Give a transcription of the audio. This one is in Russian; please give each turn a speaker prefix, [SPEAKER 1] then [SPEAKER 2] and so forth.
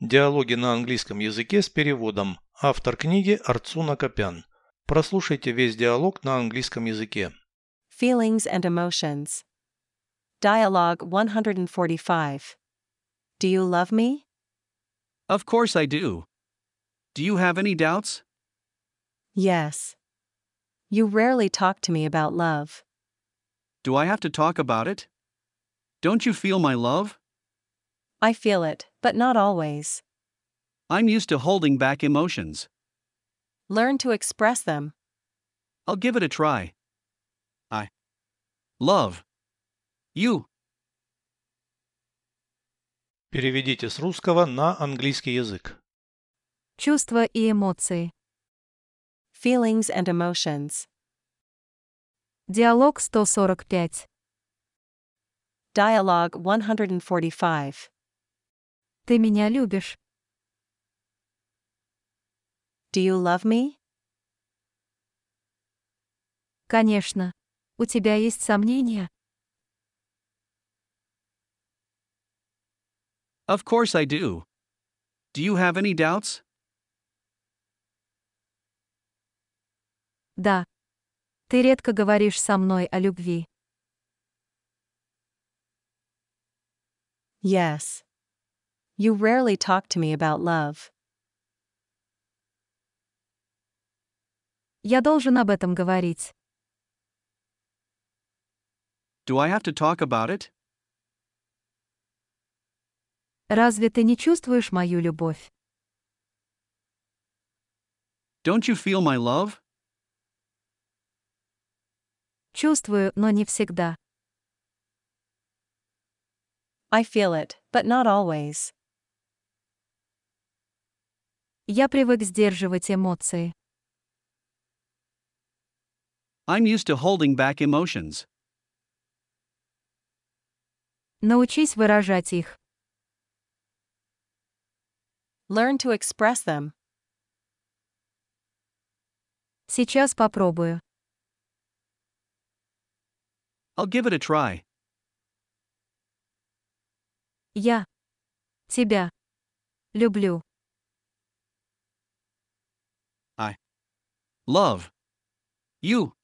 [SPEAKER 1] Диалоги на английском языке с переводом. Автор книги Арцуна Копян. Прослушайте весь диалог на английском языке.
[SPEAKER 2] Feelings and Emotions. Dialogue 145. Do you love me?
[SPEAKER 3] Of course I do. Do you have any doubts?
[SPEAKER 2] Yes. You rarely talk to me about love.
[SPEAKER 3] Do I have to talk about it? Don't you feel my love?
[SPEAKER 2] I feel it, but not always.
[SPEAKER 3] I'm used to holding back emotions.
[SPEAKER 2] Learn to express them.
[SPEAKER 3] I'll give it a try. I love you.
[SPEAKER 1] Переведите с русского на английский язык.
[SPEAKER 4] Чувства и эмоции.
[SPEAKER 2] Feelings and Emotions.
[SPEAKER 4] Диалог 145.
[SPEAKER 2] Dialogue 145.
[SPEAKER 4] Ты меня любишь.
[SPEAKER 2] Do you love me?
[SPEAKER 4] Конечно. У тебя есть сомнения?
[SPEAKER 3] Of course I do. Do you have any doubts?
[SPEAKER 4] Да. Ты редко говоришь со мной о любви.
[SPEAKER 2] Yes. You rarely talk to me about love.
[SPEAKER 4] Я должен об этом говорить.
[SPEAKER 3] Do I have to talk about it?
[SPEAKER 4] Разве ты не чувствуешь мою любовь?
[SPEAKER 3] Don't you feel my love?
[SPEAKER 4] Чувствую, но не всегда.
[SPEAKER 2] I feel it, but not always.
[SPEAKER 4] Я привык сдерживать эмоции.
[SPEAKER 3] I'm used to holding back emotions.
[SPEAKER 4] Научись выражать их.
[SPEAKER 2] Learn to express them.
[SPEAKER 4] Сейчас попробую.
[SPEAKER 3] I'll give it a try.
[SPEAKER 4] Я тебя люблю.
[SPEAKER 3] Love you.